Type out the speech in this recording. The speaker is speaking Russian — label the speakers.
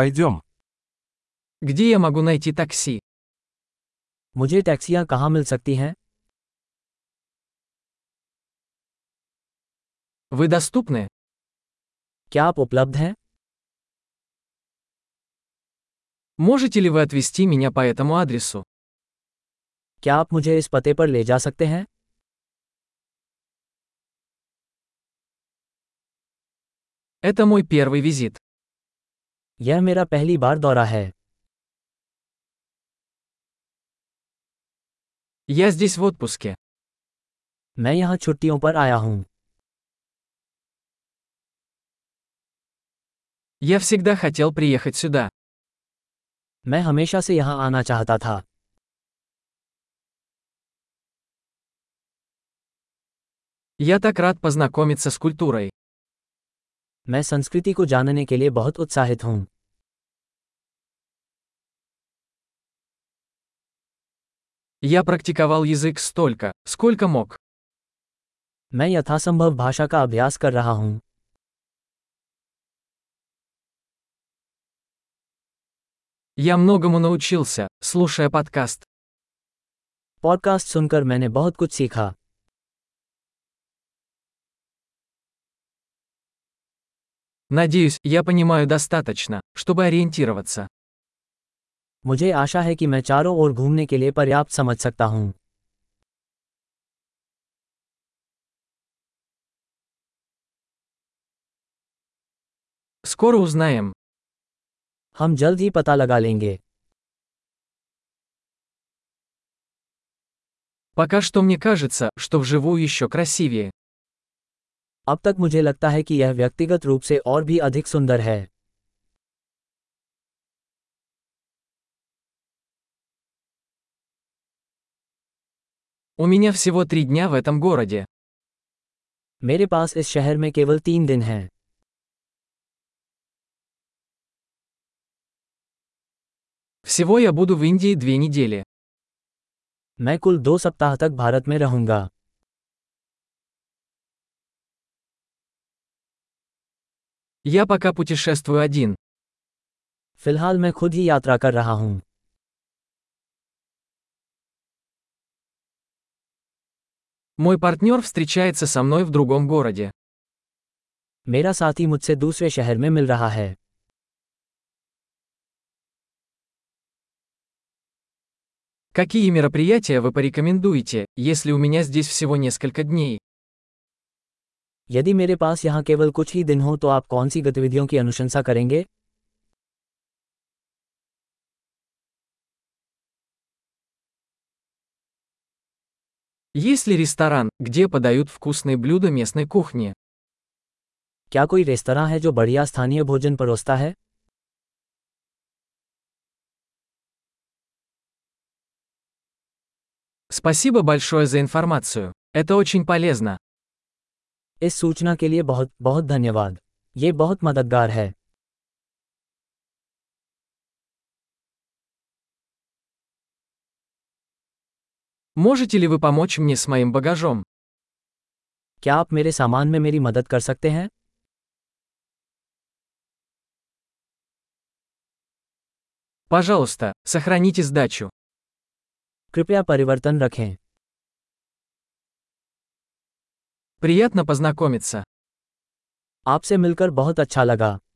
Speaker 1: Пойдем.
Speaker 2: Где я могу найти такси?
Speaker 3: मुझे टैक्सियाँ कहाँ मिल सकती हैं
Speaker 2: Вы доступны?
Speaker 3: क्या आप उपलब्ध हैं
Speaker 2: Можете ли вы отвезти меня по этому адресу?
Speaker 3: क्या आप मुझे इस पते पर ले जा सकते हैं
Speaker 2: Это мой первый визит.
Speaker 3: यह मेरा पहली बार दौरा है
Speaker 2: Я здесь в отпуске.
Speaker 3: मैं यहाँ छुट्टियों पर आया हूँ
Speaker 2: Я всегда хотел приехать сюда.
Speaker 3: मैं हमेशा से यहाँ आना चाहता था
Speaker 2: Я так рад познакомиться с культурой.
Speaker 3: मैं संस्कृति को जानने के लिए बहुत उत्साहित हूँ
Speaker 2: Я практиковал язык столько, сколько мог.
Speaker 3: मैं यथासंभव भाषा का अभ्यास कर रहा हूँ
Speaker 2: Я многому научился, слушая подкаст.
Speaker 3: पॉडकास्ट सुनकर मैंने बहुत कुछ सीखा
Speaker 2: Надеюсь, я понимаю достаточно, чтобы ориентироваться.
Speaker 3: मुझे आशा है कि मैं चारों ओर घूमने के लिए पर्याप्त समझ सकता हूँ
Speaker 2: Скоро узнаем.
Speaker 3: हम जल्द ही पता लगा लेंगे
Speaker 2: Пока что мне кажется, что вживую еще красивее.
Speaker 3: अब तक मुझे लगता है कि यह व्यक्तिगत रूप से और भी अधिक सुंदर है
Speaker 2: У меня всего три дня в этом городе.
Speaker 3: मेरे पास इस शहर में केवल तीन दिन हैं
Speaker 2: Всего я буду в Индии две недели.
Speaker 3: मैं कुल दो सप्ताह तक भारत में रहूंगा
Speaker 2: Я пока путешествую один.
Speaker 3: फिलहाल मैं खुद ही यात्रा कर रहा हूँ
Speaker 2: Мой партнер встречается со мной в другом городе.
Speaker 3: मेरा साथी मुझसे दूसरे शहर में मिल रहा है
Speaker 2: Какие мероприятия вы порекомендуете, если у меня здесь всего несколько дней?
Speaker 3: यदि मेरे पास यहाँ केवल कुछ ही दिन हो तो आप कौन सी गतिविधियों की अनुशंसा करेंगे
Speaker 2: Есть ли ресторан, где подают вкусные блюда местной кухни?
Speaker 3: क्या कोई रेस्तरा है जो बढ़िया स्थानीय भोजन परोसता है
Speaker 2: Спасибо большое за информацию. Это очень полезно.
Speaker 3: इस सूचना के लिए बहुत बहुत धन्यवाद ये बहुत मददगार है
Speaker 2: Можете ли вы помочь мне с моим багажом?
Speaker 3: क्या आप मेरे सामान में मेरी मदद कर सकते हैं
Speaker 2: Пожалуйста, сохраните сдачу.
Speaker 3: कृपया परिवर्तन रखें
Speaker 2: Приятно познакомиться.
Speaker 3: आपसे मिलकर बहुत अच्छा लगा